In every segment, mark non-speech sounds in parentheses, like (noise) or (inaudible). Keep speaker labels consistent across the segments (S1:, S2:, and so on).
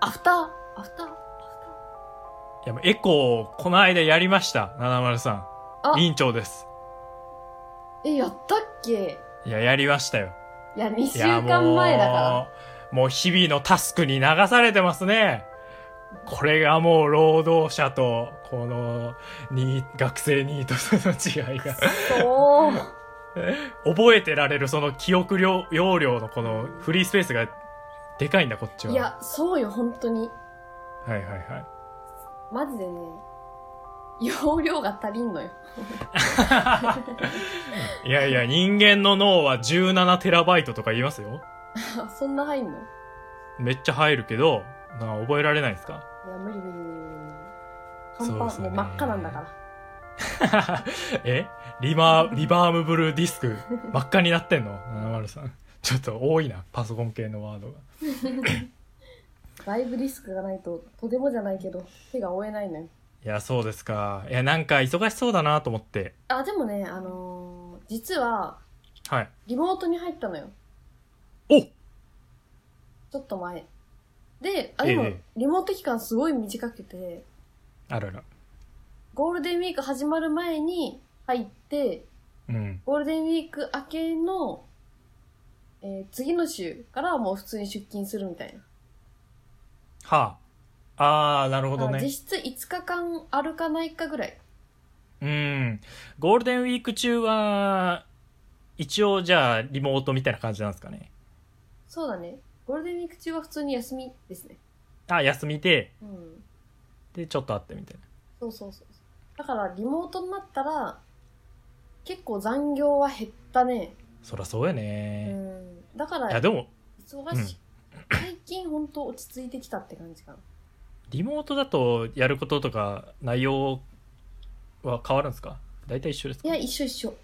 S1: アフターアフター
S2: いや、もうエコー、この間やりました、70さ
S1: あ
S2: ん。委員長です。
S1: え、やったっけ
S2: いや、やりましたよ。
S1: いや、2
S2: い
S1: 週
S2: や、
S1: 間前だか
S2: もう、もう日々のタスクに流されてますね。これがもう労働者と、この、に、学生ニートとの違
S1: (laughs)
S2: いが。
S1: ら。そう。
S2: 覚えてられるその記憶量容量のこのフリースペースがでかいんだこっちは。
S1: いや、そうよ、本当に。
S2: はいはいはい。 (laughs)
S1: マジでね、容量が足りんのよ。
S2: いやいや、人間の脳は17テラバイトとか言いますよ。
S1: あそんな入んのい
S2: めっちゃ入るけど、な覚えられないですか (laughs)
S1: や、無理無理無理無理無理。
S2: そう
S1: 半
S2: で
S1: 端、
S2: すね
S1: もう真っ赤なんだから。
S2: えリバー、リバームブルーディスク、真っ赤になってんの ?70 さん。ちょっと多いな、パソコン系のワードが。
S1: だいぶリスクがないと、とてもじゃないけど、手が負えないのよ。
S2: いや、そうですか。いや、なんか忙しそうだなと思って。
S1: あ、でもね、あのー実は、
S2: はい。
S1: リモートに入ったのよ。
S2: お
S1: ちょっと前。で、あ、でも
S2: ええ、
S1: リモート期間すごい短くて、
S2: あらら。
S1: ゴールデンウィーク始まる前に入って、
S2: うん。
S1: ゴールデンウィーク明けの、えー次の週からはもう普通に出勤するみたいな。
S2: はあ。あー、なるほど
S1: あ
S2: ね
S1: 実。質5日間歩かないかぐらい。
S2: うん。ゴールデンウィーク中は、一応じゃあ、リモートみたいな感じなんですかね。
S1: そうだね。ゴールデンウィーク中は普通に休みですね。
S2: あ、休みで、
S1: うん。
S2: で、ちょっと会ってみたい
S1: そうそうそう。だからリモートになったら、結構残業は減ったね。
S2: な。そらそうや
S1: う
S2: ね。
S1: ん。だか
S2: いや、
S1: ら、
S2: でも、
S1: 忙しい。最近ほんと落ち着いてきたって感じかな。
S2: リモートだとやることとか、内容は変わるんですか大体一緒です
S1: い
S2: か
S1: や、一緒一緒。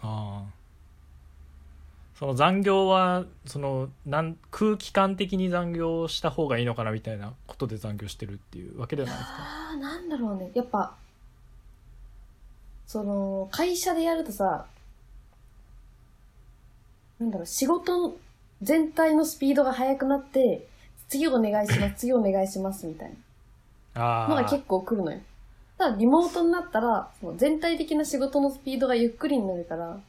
S2: ああ。その残業は、その、なん、空気感的に残業した方がいいのかなみたいなことで残業してるっていうわけではないですか
S1: ああ、なんだろうね。やっぱ、その、会社でやるとさ、なんだろう、仕事全体のスピードが速くなって、次お願いします、
S2: (laughs)
S1: 次お願いします、みたいなの
S2: あ
S1: が
S2: あ。
S1: 結構来るのよ。ただ、リモートになったら、その全体的な仕事のスピードがゆっくりになるから、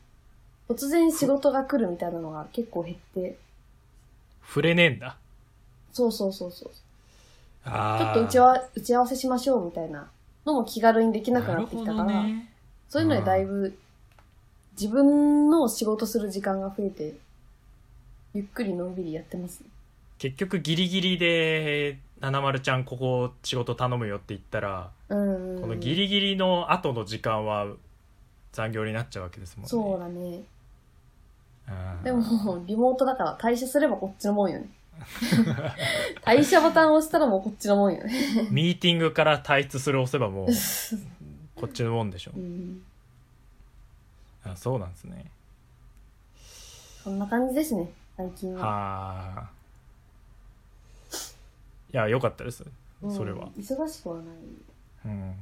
S1: 突然仕事が来るみたいなのが結構減って、
S2: 触れねえんだ。
S1: そうそうそうそう。
S2: あ
S1: ちょ
S2: あ。
S1: っと打ち合わ打ち合わせしましょうみたいなのも気軽にできなくなってきたから、
S2: るほどね
S1: そういうのでだいぶ自分の仕事する時間が増えて、ゆっくりのんびりやってます、ね。
S2: 結局ギリギリで「ななまるちゃんここ仕事頼むよ」って言ったら、
S1: うんうん。
S2: このギリギリの後の時間は残業になっちゃうわけですもんね
S1: そうだね。
S2: うん
S1: でも、リモートだから退社すればこっちのもんよ
S2: (laughs)
S1: ね。退社ボタンを押したらもうこっちのもんよね。
S2: ミーティングから退出する押せばもうこっちのもんでしょ
S1: うん
S2: あそうなんですね
S1: そんな感じですね、最近は。
S2: はあいや良かったです
S1: うん
S2: それは、
S1: 忙しくはない。
S2: うん、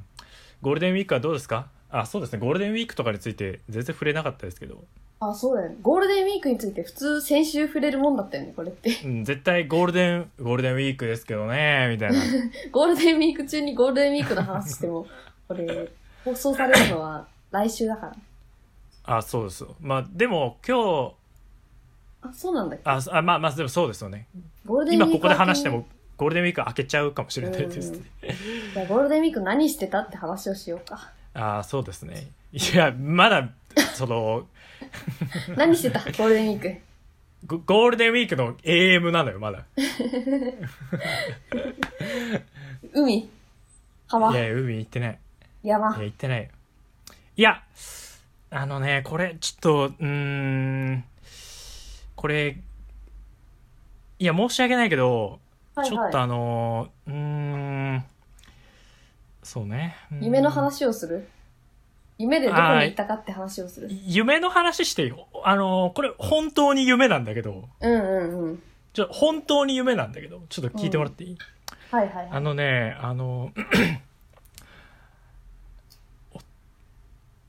S2: ゴールデンウィークはどうですかあそうですねゴールデンウィークとかについて全然触れなかったですけど
S1: あ、そうだよね。ゴールデンウィークについて普通先週触れるもんだったよね、これって。
S2: うん、絶対ゴールデン、ゴールデンウィークですけどね、みた
S1: (laughs)
S2: いな。
S1: ゴールデンウィーク中にゴールデンウィークの話しても、これ、放送されるのは来週だから。
S2: あ、そうですよ。まあ、でも今日、
S1: (laughs) あ、そうなんだ。
S2: あ、そあまあ、まあ、でもそうですよね。
S1: ゴールデンウィー
S2: 今
S1: ク。
S2: ここで話して。も、ゴールデンウィーク明けちゃうかもしれないですね。
S1: じゃあゴールデンウィーク何してたって話をしようか。 (laughs)
S2: あそうですね。いや、まだ、その、
S1: 何してたゴールデンウィーク。
S2: ゴゴールデンウィークの AM なのよ、まだ。
S1: 海、
S2: い
S1: 川、
S2: や、海行ってない。い
S1: 山
S2: や、。行ってないよ。いや、あのね、これ、ちょっと、うーん、これ、いや、申し訳ないけど、
S1: はい
S2: ちょっと
S1: は
S2: あのー、うーん、そうね。うーん
S1: い。夢の話をする夢でどこに行ったかって話をする。
S2: 夢の話してよ。あのー、これ本当に夢なんだけど、
S1: うんうんうん。
S2: ちょ、本当に夢なんだけど、ちょっと聞いてもらっていい、
S1: はいはいは
S2: あ
S1: い。
S2: のね、あの、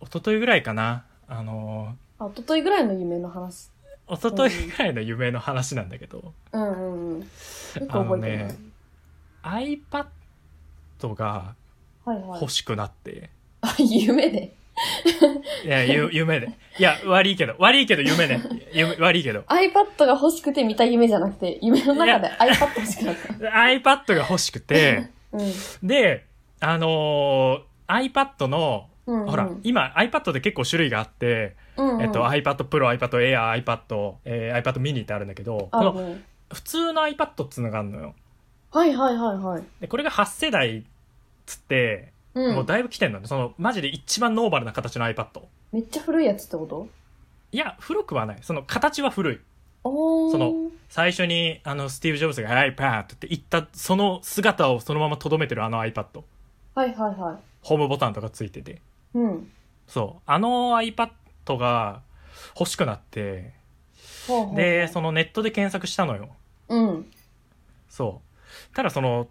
S2: お、おとといぐらいかな。あの
S1: あ、一昨日ぐらいの夢の話。
S2: ー、おとといぐらいの夢の話なんだけど、
S1: うんうんうん。よく覚えてる
S2: あの
S1: な
S2: ね iPad が
S1: はいはい
S2: 欲。しくなって、
S1: あ、 (laughs) 夢で。
S2: い、やゆ夢でいや悪いけど悪いけど夢で夢悪いけど
S1: iPad が欲しくて見た夢じゃなくて、夢の中で iPad 欲しくなった。
S2: iPad が欲しくて
S1: うん。
S2: であのー iPad の
S1: うん、うん。
S2: ほら、今 iPad で結構種類があって、
S1: うんうん、
S2: えっと、iPad Pro、iPad Air、iPad、えー iPad mini ってあるんだけど、こ
S1: ある
S2: の
S1: ね。
S2: 普通の iPad っつうのがあるのよ。
S1: はいはいはいはい。
S2: で、これが8世代っつって、
S1: うん。
S2: もうだいぶ来てんのね。その、マジで一番ノーマルな形の iPad。
S1: めっちゃ古いやつってこと
S2: いや、古くはない。その形は古い。
S1: おー。
S2: その最初に、あの、スティーブ・ジョブズが iPad って言った、その姿をそのまま留めてるあの iPad。
S1: はいはいは
S2: ホームボタンとかついてて。
S1: い。うん。
S2: そう。あの iPad が欲しくなって、
S1: ほうほう
S2: で、そのネットで検索したのよ。
S1: うん。
S2: そう。ただその、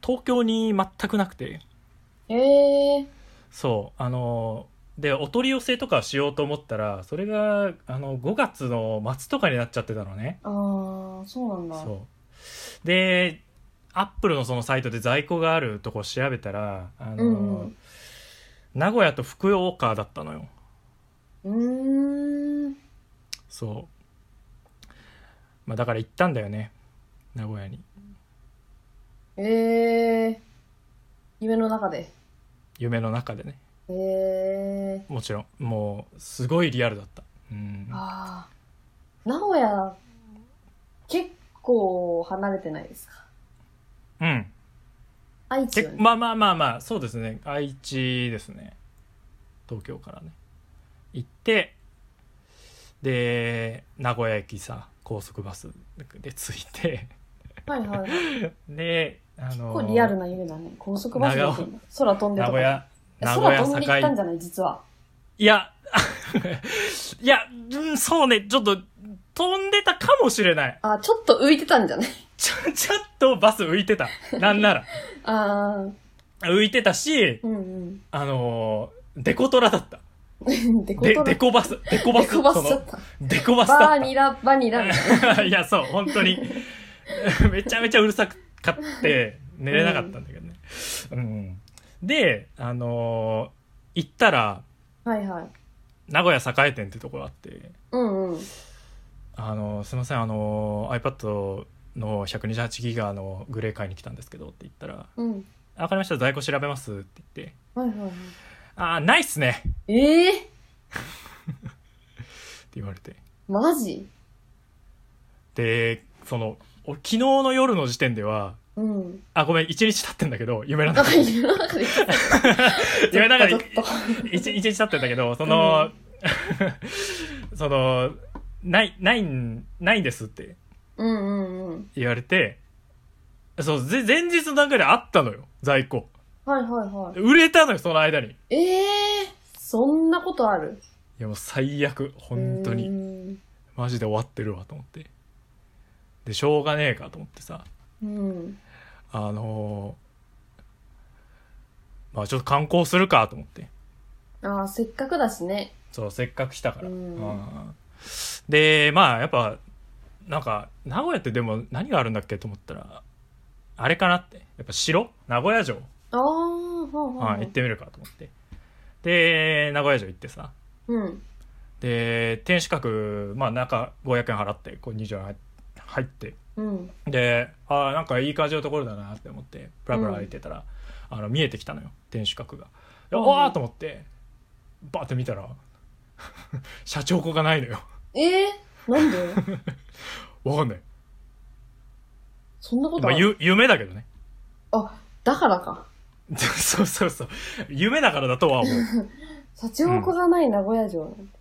S2: 東京に全くなくて、
S1: えー。
S2: そう、あの、で、お取り寄せとかしようと思ったら、それが、あの、5月の末とかになっちゃってたのね。
S1: あー、そうなんだ。
S2: そう。で、アップルのそのサイトで在庫があるとこ調べたら、あの、
S1: うんうん
S2: 名古屋と福岡だったのよ。
S1: うーん。
S2: そう。まあだから行ったんだよね。名古屋に。
S1: えー。夢の中で。
S2: 夢の中でね。
S1: えー。
S2: もちろん。もう、すごいリアルだった。うん。
S1: あー。名古屋、結構離れてないですか
S2: うん。
S1: 愛知
S2: け
S1: よね。
S2: まあまあまあまあそうですね愛知ですね東京からね行ってで名古屋駅さ高速バスで着いて
S1: はいはい。結
S2: であの
S1: 構リアルな夢だね。高速バスだったんだ空飛んで
S2: 名
S1: と
S2: 古
S1: か。
S2: 屋
S1: え
S2: 名古
S1: 空
S2: 屋
S1: 飛んで行ったん
S2: 堺
S1: じゃない実は。
S2: いや (laughs) いや、うん、そうねちょっと飛んでたかもしれない
S1: あ、ちょっと浮いてたんじゃない (laughs)
S2: ちょちょっとバス浮いてたなんなら
S1: あー。
S2: 浮いてたし
S1: うん (laughs)
S2: あのデコトラだった
S1: うん。デコ
S2: で
S1: トラ。
S2: デ
S1: デ
S2: コバスデコバス
S1: コバス
S2: そ
S1: だ
S2: の
S1: った。
S2: デコバスだった
S1: バーニラ、バニラみたいな。
S2: (laughs) いや、そう、本当に。めちゃめちゃうるさくかって、寝れなかったんだけどね。うん。で、あのー行ったら、
S1: はいはい。
S2: 名古屋栄店ってとこがあって、
S1: うんうん。
S2: あのーすいません、あのー iPad の128ギガのグレー買いに来たんですけどって言ったら、
S1: うん。
S2: あわかりました、在庫調べますって言って、
S1: はいはいはい。
S2: あー、ないっすねって
S1: ええ
S2: 言われて。
S1: マジ
S2: で、その、俺昨日の夜の時点では、
S1: うん。
S2: あ、ごめん、1日経ってんだけど、夢の
S1: (laughs) なん
S2: 中
S1: か
S2: で。
S1: 夢の中で言って
S2: 夢の中
S1: ちょっ
S2: で
S1: と。
S2: 一一日経ってんだけどその、 (laughs) そのないないんないんですって
S1: うんうんうん。
S2: 言われてそうぜ前日の段階であったのよ在庫
S1: はいはいは
S2: 売れたのよその間にい
S1: い。ええそんなことある
S2: やもう最悪本当に
S1: に。
S2: マジで終わってるわと思ってでしょうがねえかと思ってさ
S1: うん。
S2: あのーまあちょっと観光するかと思って
S1: ああ、せっかくだしね。
S2: そうせっかく来たから、
S1: うん
S2: うんでまあやっぱなんか名古屋ってでも何があるんだっけと思ったらあれかなってやっぱ城名古屋城、
S1: ああ、は
S2: うん行ってみるかと思ってで名古屋城行ってさ
S1: うん。
S2: で天守閣まあ中500円払ってこう20円入入って
S1: うん。
S2: でああなんかいい感じのところだなって思ってプラプラ歩いてたら、あの見えてきたのよ天守閣が
S1: う
S2: で
S1: ん
S2: わあと思ってバーって見たら (laughs) 社長子がないのよ
S1: ええなん
S2: (laughs)
S1: で
S2: わかんない。
S1: そんなこと
S2: まあ、
S1: ある
S2: ゆ夢だけどね。
S1: あ、だからか。
S2: (laughs) そうそうそう。夢だからだとは思う。
S1: 社長子がない名古屋城なんて。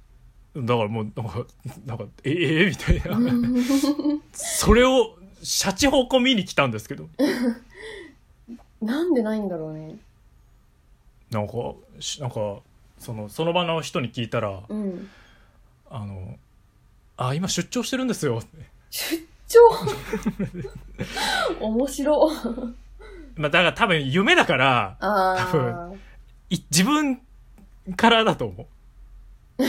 S2: だからもう、なんか、なんかええみたいな。 (laughs) それを、シャチホコ見に来たんですけど。
S1: なんでないんだろうね。
S2: なんか、しなんか、その、その場の人に聞いたら、
S1: うん。
S2: あの、あ、今出張してるんですよ。
S1: 出張
S2: (laughs)
S1: 面白。
S2: まあ、だから多分夢だから、多
S1: ああ
S2: 分。い自分からだと思う。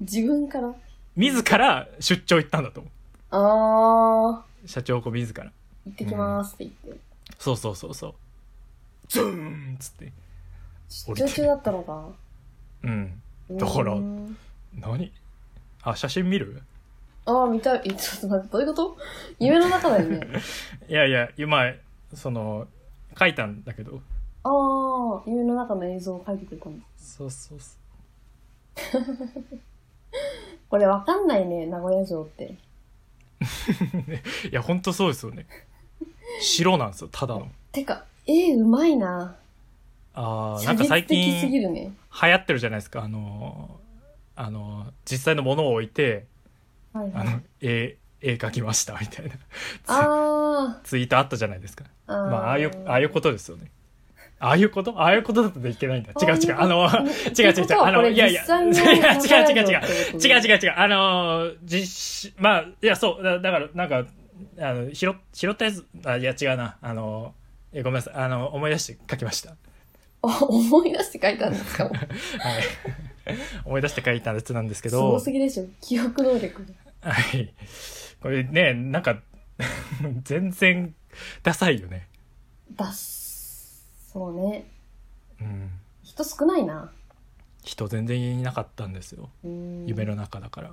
S1: 自分から
S2: 自ら出張行ったんだと思
S1: ああ。
S2: う。社長子自ら。
S1: 行ってきますって言って。
S2: そうそうそうそうズーンっつって
S1: 出張中だったのか。
S2: うんだから
S1: うん
S2: 何あ写真見る
S1: ああ、見たい。えちょっと待って、どういうこと夢の中だよね。
S2: (laughs) いやいや今その書いたんだけど
S1: ああ、夢の中の映像を描いてくれたの。
S2: そうそうそ
S1: これわかんないね、名古屋城って。
S2: ういやほんとそうです (laughs) よね白なんですよただの
S1: てか、絵うまいな。
S2: あーな
S1: 写
S2: んか
S1: 実
S2: 最
S1: 的す
S2: 近
S1: ぎるね。
S2: 流行ってるじゃないですかあのーあのー実際のものを置いて
S1: はいは
S2: あ
S1: い
S2: の。絵絵描きましたみたいな
S1: あ
S2: ツイートあったじゃないですか
S1: あ。
S2: まあああいうああいうことですよねああいうことああいうことだとできないんだ違う違うあのー違う違う違うあのいや (laughs) いや違う違う違う違う違う違うあのー実施まあいやそうだだからなんかあの拾拾ったやつあいや違うなあのーえごめんなさいあの思い出して書きました
S1: あ、思い出して書いたん
S2: (laughs)
S1: ですか
S2: はい思い出して書いたやつなんですけ
S1: す
S2: ど
S1: ごすぎでしょ。記憶能力。
S2: はい。これね、なんか、 (laughs) 全然、ダサいよね。
S1: だっす。そうね。
S2: うん。
S1: 人少ないな。
S2: 人全然いなかったんですよ。
S1: うん
S2: 夢の中だから。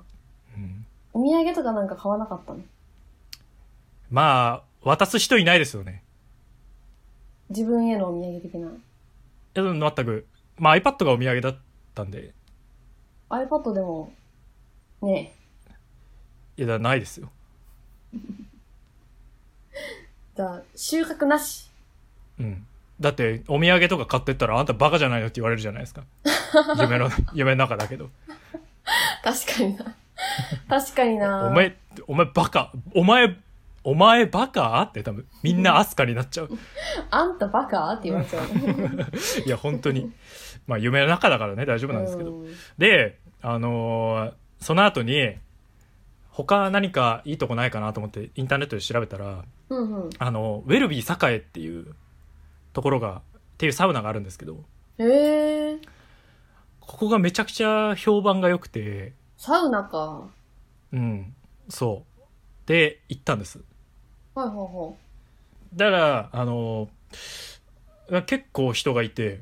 S2: うん。
S1: お土産とかなんか買わなかったの
S2: まあ、渡す人いないですよね。
S1: 自分へのお土産的な。
S2: いやでも全く。まあ iPad がお土産だったんで、
S1: iPad でも、ね
S2: いや、ないですよ。
S1: え、じゃあ、収穫なし。
S2: うん。だって、お土産とか買ってったら、あんたバカじゃないのって言われるじゃないですか。夢の、夢の中だけど。
S1: 確かにな。 (laughs) 確かにな。
S2: お前、お前バカ、お前、お前バカって多分、みんなアスカになっちゃう。
S1: あんたバカって言われち
S2: (laughs)
S1: ゃう。
S2: いや本当にまあ夢の中だからね大丈夫なんですけど、
S1: うん
S2: であのーその後に他何かいいとこないかなと思ってインターネットで調べたら
S1: うんうん。
S2: あのウェルビー栄っていうところがっていうサウナがあるんですけど
S1: へえー、
S2: ここがめちゃくちゃ評判が良くて
S1: サウナか。は
S2: うんそうで行ったんです
S1: いはいは
S2: だからあのー結構人がいて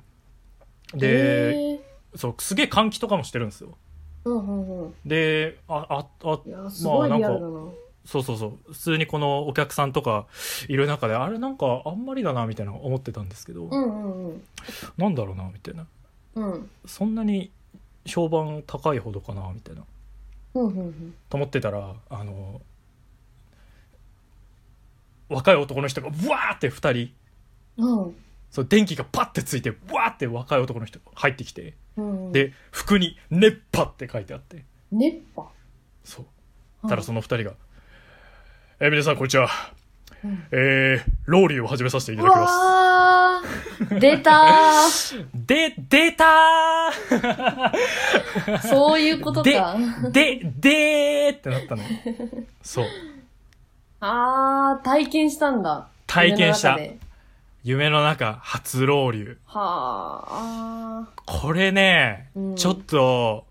S1: い。
S2: で、
S1: へー
S2: そうすげえ換気とかもしてるんですよ
S1: うんうんうん。
S2: であああ
S1: いや、すごいリアルだな。
S2: そうそうそう普通にこのお客さんとかいる中であれなんかあんまりだなみたいな思ってたんですけど、
S1: うんうんうん。
S2: なんだろうなみたいな
S1: うん。
S2: そんなに評判高いほどかなみたいな
S1: うんうんうん。
S2: と思ってたらあの若い男の人がブワーって2人
S1: うん。
S2: そう電気がパッてついてブワーって若い男の人が入ってきて
S1: うんうん、
S2: で服に「熱波」って書いてあって
S1: 熱波
S2: そうただ
S1: ら
S2: その2人が「え皆さんこんにちは
S1: うん」
S2: えー、ローリーを始めさせていた
S1: う
S2: だきます
S1: わー出たー
S2: で、出た
S1: (laughs)
S2: (laughs)
S1: そういうことか。
S2: ーで、でーってなったの。そう。
S1: あー、体験したんだ。
S2: 体験した
S1: 夢の中で
S2: 夢の中、初浪流。
S1: はーあ
S2: これね、
S1: うん
S2: ちょっと、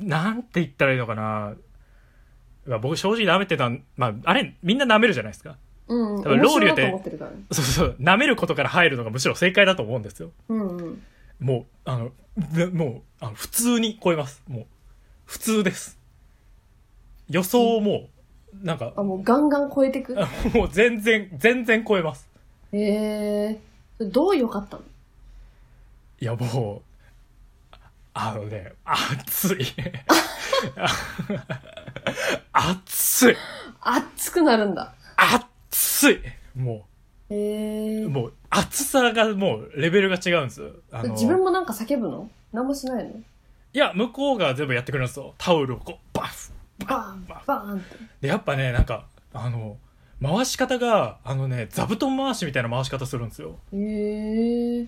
S2: なんて言ったらいいのかな。まあ僕正直舐めてたん、まあ、あれ、みんな舐めるじゃないですか。
S1: ー。うん、うん。
S2: 多分
S1: 面白い
S2: ロウリュ
S1: な
S2: ウで
S1: と思ってるからね。
S2: そうそう、舐めることから入るのがむしろ正解だと思うんですよ。
S1: うんうん。
S2: もう、あの、なもう、あの普通に超えます。もう、普通です。予想をもう、なんか (laughs)
S1: あ、、もうガンガン超えてく。
S2: あもう全然、全然超えます。
S1: へえー。どう良かったの
S2: いや、もう、あのね、熱
S1: (laughs)
S2: い。熱い。
S1: 熱くなるんだ。
S2: 熱い。も
S1: へ
S2: う、
S1: えー。
S2: もう、熱さがもう、レベルが違うんですよ。あの、
S1: 自分もなんか叫ぶの何もしないの
S2: いや、向こうが全部やってくれるんですよ。タオルをこう、バフ
S1: バーン、バーンって。
S2: で、やっぱね、なんか、あの、回し方が、あのね、座布団回しみたいな回し方するんですよ。
S1: へえー。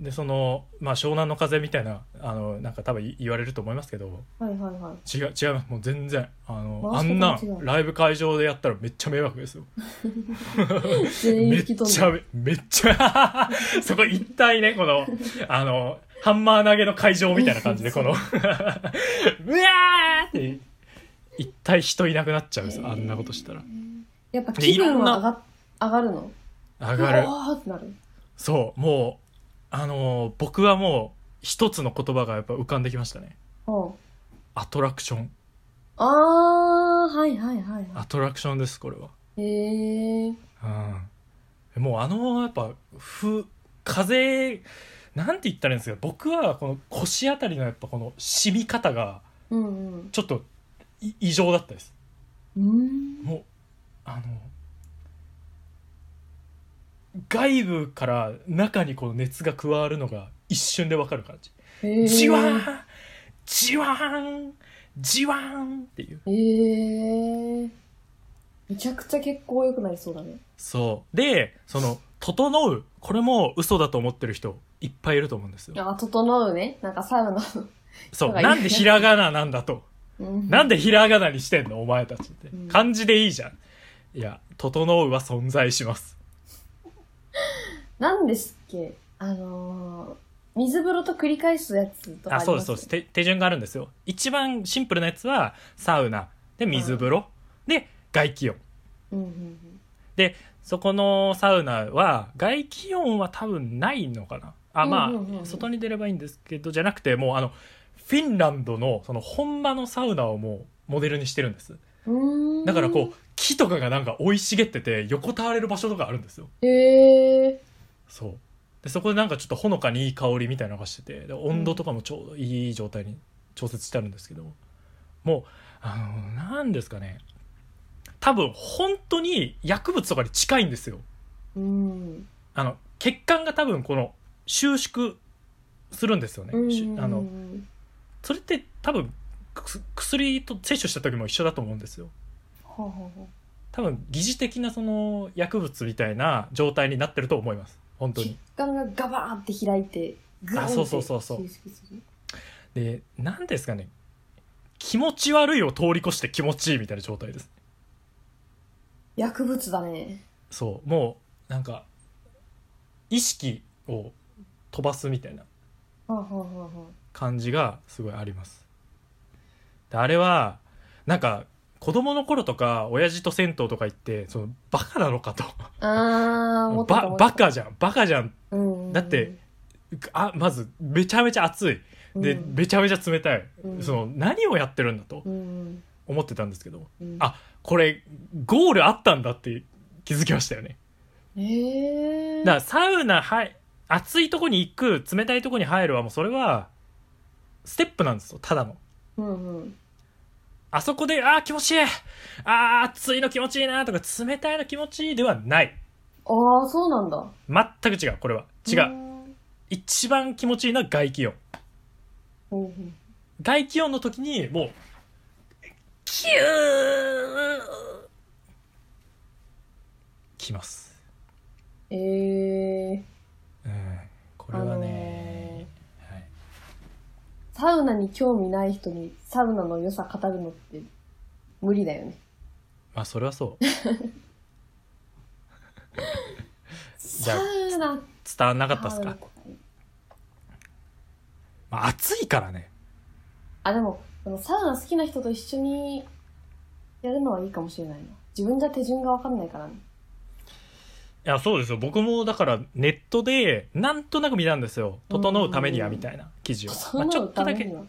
S2: で、その、まあ、湘南の風みたいな、あの、なんか多分い言われると思いますけど、
S1: はいはいはい。
S2: 違う違うもう全然あのあ
S1: 回し
S2: ん
S1: 方
S2: な
S1: が違うん
S2: ライブ会場でやったらめっちゃ迷惑ですよ
S1: 全員
S2: め
S1: 引
S2: っ
S1: き飛ん
S2: ち
S1: だ。
S2: ゃめっちゃ (laughs) そこ一体ねこのあのハンマー投げの会場みたいな感じでこの (laughs) うわーって一体人いなくなっちゃうんですよあんなことしたら
S1: やっぱ
S2: で
S1: 気
S2: いろ
S1: 分
S2: ん
S1: は
S2: な
S1: 上が上がるの
S2: 上がる
S1: う。わーってなる。
S2: そう、もう、あのー僕はもう、一つの言葉がやっぱ浮かんできましたね。
S1: うん。
S2: アトラクション。
S1: あー、はいはいはいは
S2: アトラクションです、これは。
S1: い。へー。
S2: うん。もうあの、やっぱ、ふ、風、なんて言ったらいいんですか、僕はこの腰あたりのやっぱこの染み方が、
S1: うんうん。
S2: ちょっとい異常だったです。
S1: うーん。
S2: もう、あの、外部から中にこの熱が加わるのが一瞬でわかる感じ。
S1: へー
S2: じわーんじわーんじわーんっていう。
S1: へー。めちゃくちゃ結構良くなりそうだね。
S2: そう。で、その、整う。これも嘘だと思ってる人、いっぱいいると思うんですよ。
S1: あ、整うね。なんかサウナ。
S2: そう。
S1: とか言う
S2: なんでひらがななんだと。なん
S1: で
S2: でひらがなにしてんのお前たちって
S1: うん。
S2: 漢字でいいじゃん。いや、整うは存在します。
S1: なんですっけあのー、水風呂と繰り返すやつとかり
S2: あ、
S1: ます
S2: そうです、そうです。。手手順があるんですよ。一番シンプルなやつは、サウナ。で、水風呂。で、外気温。
S1: うんうんうん。
S2: そこのサウナは、外気温は多分ないのかな。あ、ま
S1: うんうんうんう
S2: あ、
S1: ん
S2: 外に出ればいいんですけど、じゃなくて、もうあの、フィンランドの、その、本場のサウナをもう、モデルにしてるんです。
S1: うーん
S2: だからこう、木とかがなんか生い茂ってて、横たわれる場所とかあるんですよ。
S1: う。へえ。
S2: そうでそこでなんかちょっとほのかにいい香りみたいなのがしててで温度とかもちょうどいい状態に調節してあるんですけどもうあのなんですかね多分本当に薬物とかに近いんですよ
S1: うん。
S2: あの血管が多分この収縮するんですよね、しゅあのそれって多分く薬と摂取した時も一緒だと思うんですよ
S1: ほうほうほう
S2: 多分疑似的なその薬物みたいな状態になってると思います本当に
S1: 血管がガバーって開いて、グーンって
S2: あそうそうそうそう
S1: 収縮する
S2: で何ですかね気持ち悪いを通り越して気持ちいいみたいな状態です
S1: 薬物だね。
S2: そうもうなんか意識を飛ばすみたいな
S1: はあ、はあはあは
S2: 感じがすごいありますであれはなんか子供の頃とか親父と銭湯とか行ってそのバカなのかと
S1: あ、あー、思ってた
S2: バ
S1: 思ってた
S2: バ、カじゃんバカじゃん
S1: うんうん、
S2: だって、あまずめちゃめちゃ暑いで、
S1: うん、
S2: めちゃめちゃ冷たい、
S1: うん
S2: その何をやってるんだと
S1: うん
S2: 思ってたんですけど
S1: うん、
S2: あこれゴールあったんだって気づきましたよね
S1: へえ。
S2: だからサウナはい暑いとこに行く冷たいとこに入るはもうそれはステップなんですよただの
S1: うんうん。
S2: あそこであー気持ちいいあー暑いの気持ちいいなとか冷たいの気持ちいいではない
S1: ああ、そうなんだ。
S2: 全く違うこれは違う、
S1: ん。
S2: 一番気持ちいいのは外気温
S1: ほうほう
S2: 外気温の時にもうキューきます
S1: ええ。
S2: うんこれはね、はい
S1: サウナに興味ない人にサウナの良さ語るのって無理だよね。
S2: まあそれはそうじ
S1: サ
S2: ゃあ
S1: ウナっ
S2: 伝わんなかったっすか、
S1: て
S2: まあ、暑いからね
S1: あ、でも、あのサウナ好きな人と一緒にやるのはいいかもしれないな。自分じゃ手順がわかんないからね。
S2: いやそうですよ僕もだからネットでなんとなく見たんですよ「整うためには」
S1: うん
S2: みたいな記事を、
S1: そ
S2: まあ、ちょ
S1: の
S2: っと
S1: た
S2: だ
S1: めに
S2: け
S1: は。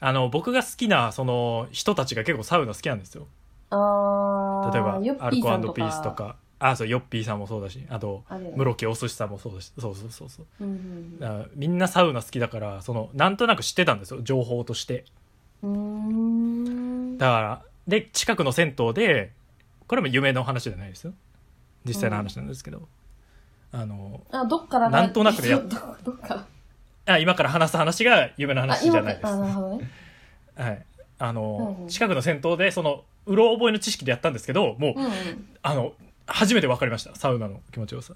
S2: あの僕が好きなその人たちが結構サウナ好きなんですよ
S1: あー
S2: 例えば
S1: ヨッ
S2: ア
S1: ピー
S2: ル
S1: さん
S2: コピースと。かあそうヨッピーさんもそうだしあと
S1: あれよね
S2: 室木お寿司さんもそうだしそうそうそうそう
S1: うん
S2: だからみんなサウナ好きだからそのなんとなく知ってたんですよ情報として
S1: うんうん。うーん。
S2: だからで近くの銭湯でこれも夢の話じゃないですよ実際の話なんですけど、あの
S1: あ、どっからが
S2: なんとなくでやっ
S1: どどっから。
S2: あ今から話す話が夢の
S1: あ、
S2: 話じ
S1: 今
S2: ゃ
S1: か
S2: ないです
S1: あ、なるほどね。
S2: はいあの、
S1: うんうん
S2: 近くの銭湯でそのうろ覚えの知識でやったんですけどもう、
S1: うん
S2: あの初めて分かりましたサウナの気持ちよさ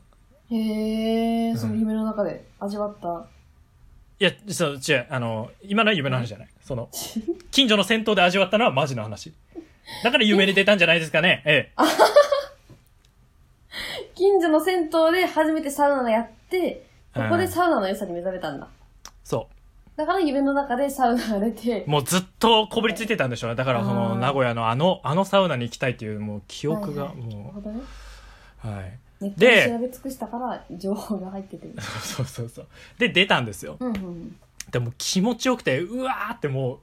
S1: うん。へえ、そうの
S2: ん
S1: 夢の中で味わった。
S2: いやそう違うあの今のは夢の話じゃないその近所の銭湯で味わったのはマジの話だから夢に出たんじゃないですかねええ
S1: 近所の銭湯で初めてサウナやって、ここ
S2: う
S1: で
S2: ん
S1: サウナの良さに目覚めたんだ。
S2: そう
S1: だから夢の中でサウナが出て、
S2: もうずっとこびりついてたんでしょうね。だからそ
S1: あ
S2: の
S1: ー
S2: 名古屋のあの、あのサウナに行きたいっていうもう記憶が
S1: はいはいなる
S2: も
S1: ほどね。
S2: う、はい。 (laughs)
S1: ネット
S2: で
S1: で調べ尽くしたから情報が入っててる。
S2: そうそうそう。で、出たんですよ。
S1: うんうん。
S2: でも気持ちよくて、うわーっても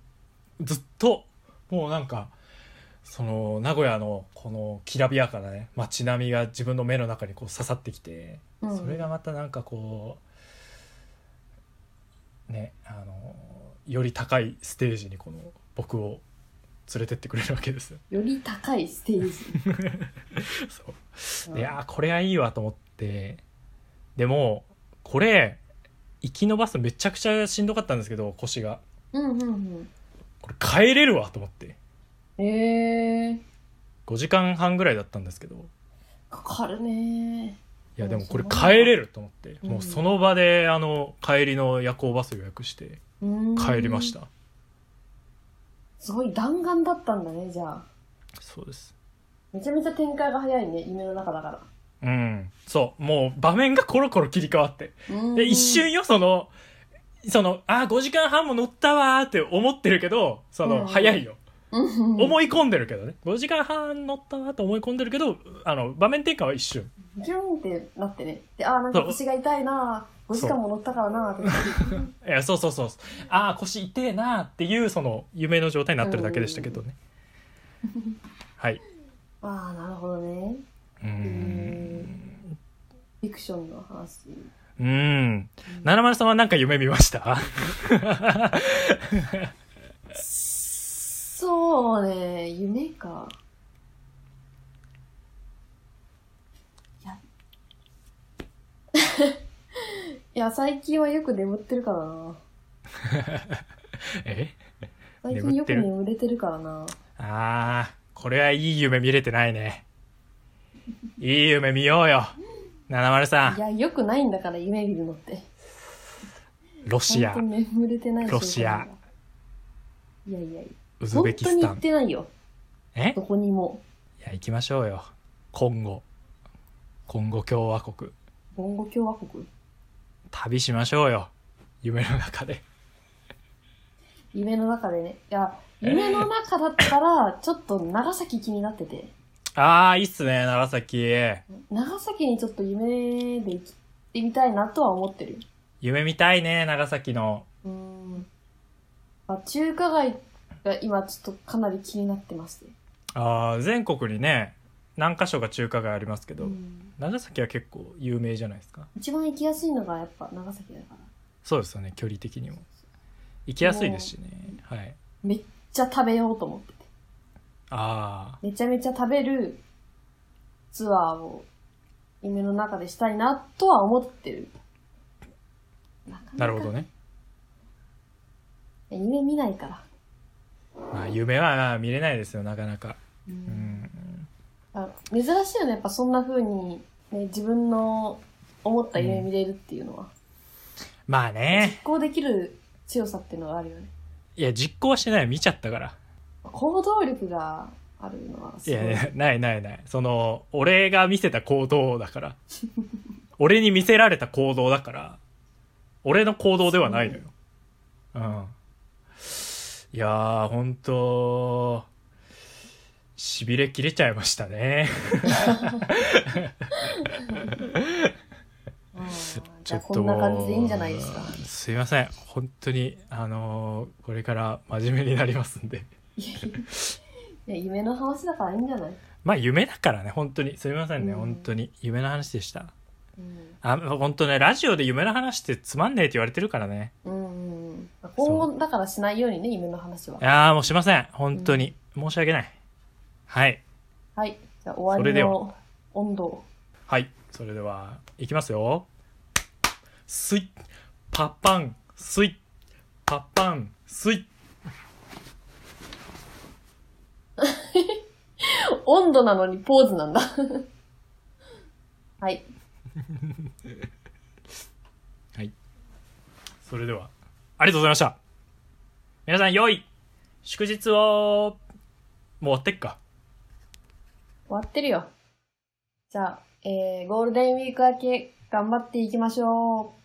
S2: う、ずっと、もうなんか、その、名古屋のこのきらびやかなね、街並みが自分の目の中にこう刺さってきて、
S1: うん
S2: それがまたなんかこう、ね、あの、より高いステージにこの、僕を連れてってくれるわけですよ。
S1: より高いステージ。
S2: (laughs) そういやーこれはいいわと思ってでもこれ生き延ばすのめちゃくちゃしんどかったんですけど腰が
S1: うんうん
S2: これ帰れるわと思って
S1: うん。えー、
S2: 5時間半ぐらいだったんですけどい
S1: かかるね
S2: やでもこれ
S1: うんそうなんだ
S2: 帰れると思って、
S1: うん
S2: もうその場であの帰りの夜行バス予約して
S1: うーん
S2: 帰りました
S1: すごい弾丸だったんだねじゃあ
S2: そうです
S1: めちゃめちゃ展開が早いね夢の中だか
S2: うんそうもう場面がコロコロ切り替わって
S1: らうーん
S2: で一瞬よそのそのあー5時間半も乗ったわーって思ってるけどその、
S1: うん
S2: 早いよ
S1: うんうん
S2: 思い込んでるけどね5時間半乗ったなと思い込んでるけどあの場面転換は一瞬
S1: ギュンってなってねであーなんか腰が痛いな5時間も乗ったからなって (laughs)
S2: いやそうそうそうああ腰痛えなっていうその夢の状態になってるだけでしたけ
S1: (laughs)
S2: どねはい
S1: ああなるほどね
S2: うーん
S1: んフィクションの話
S2: うーん七丸さんは何か夢見ました (laughs)
S1: そうね夢かいや (laughs) いや最近はよく眠ってるからな
S2: え
S1: 最近よく
S2: 眠ってる
S1: 眠れてるからな
S2: ああこれはいい夢見れてないねいい夢見ようよ七丸さ
S1: い
S2: ん
S1: やよくないんだから夢見るのって
S2: ロシア
S1: 本当に眠れてない
S2: ロシア
S1: いやいやいや
S2: ウズ
S1: 本
S2: ベキ
S1: 当
S2: ス
S1: に
S2: タ
S1: 行っ
S2: ン
S1: てないよ
S2: え
S1: どこにも
S2: いや行きましょうよ今後今後共和国
S1: ボンゴ共和国
S2: 旅しましょうよ夢の中で
S1: 夢の中でねいや夢の中だったらちょっと長崎気になってて
S2: ああいいっすね長崎
S1: 長崎にちょっと夢で行ってみたいなとは思ってるよ
S2: 夢見たいね長崎の
S1: うーんあ中華街が今ちょっとかなり気になってまして
S2: あー全国にね何か所か中華街ありますけど、
S1: うん
S2: 長崎は結構有名じゃないですか
S1: 一番行きやすいのがやっぱ長崎だから
S2: そうですよね距離的にも行きやすいですしねはい
S1: めっちゃ食べようと思ってて
S2: あ
S1: めちゃめちゃ食べるツアーを夢の中でしたいなとは思ってるなか
S2: あ
S1: な
S2: なるほど
S1: ね
S2: ね、
S1: 夢見ないから
S2: まあ、夢はまあ見れないですよなかなか
S1: う
S2: うんん
S1: あ珍しいよねやっぱそんな風にね自分の思った夢見れるっていうのは、
S2: まあ
S1: 実
S2: ね
S1: 行できる強さっていうのがあるよね
S2: いや実行はしてない見ちゃったから
S1: 行動力があるのはす
S2: い
S1: ごい
S2: やいやないないないその俺が見せた行動だから (laughs) 俺に見せられた行動だから俺の行動ではないのようんいやーほんとしびれ切れちゃいましたね
S1: うんじゃあこんな感じでいいんじゃないですか
S2: すいません本当にあのーこれから真面目になりますんで
S1: いや夢の話だからいいんじゃない、
S2: まあ夢だからね本当にすいませんね、
S1: うん
S2: 本当に夢の話でした
S1: うん
S2: あ本当ねラジオで夢の話ってつまんねえって言われてるからね
S1: うんうん、今後だからしないようにね夢の話はい
S2: やーもうしません。本当に。申し訳ない。はい。
S1: はいじゃあ終
S2: そ
S1: わ
S2: れ
S1: り
S2: で
S1: の
S2: は
S1: 温度を
S2: はい。それでは、いきますよ。スイッ、パッパン、スイッ、パッパン、スイッ。
S1: 温度なのにポーズなんだはい
S2: それでは、ありがとうございました。皆さん、良い祝日を、もう終わってっか。
S1: 終わってるよ。じゃあ、えー、ゴールデンウィーク明け、頑張っていきましょう。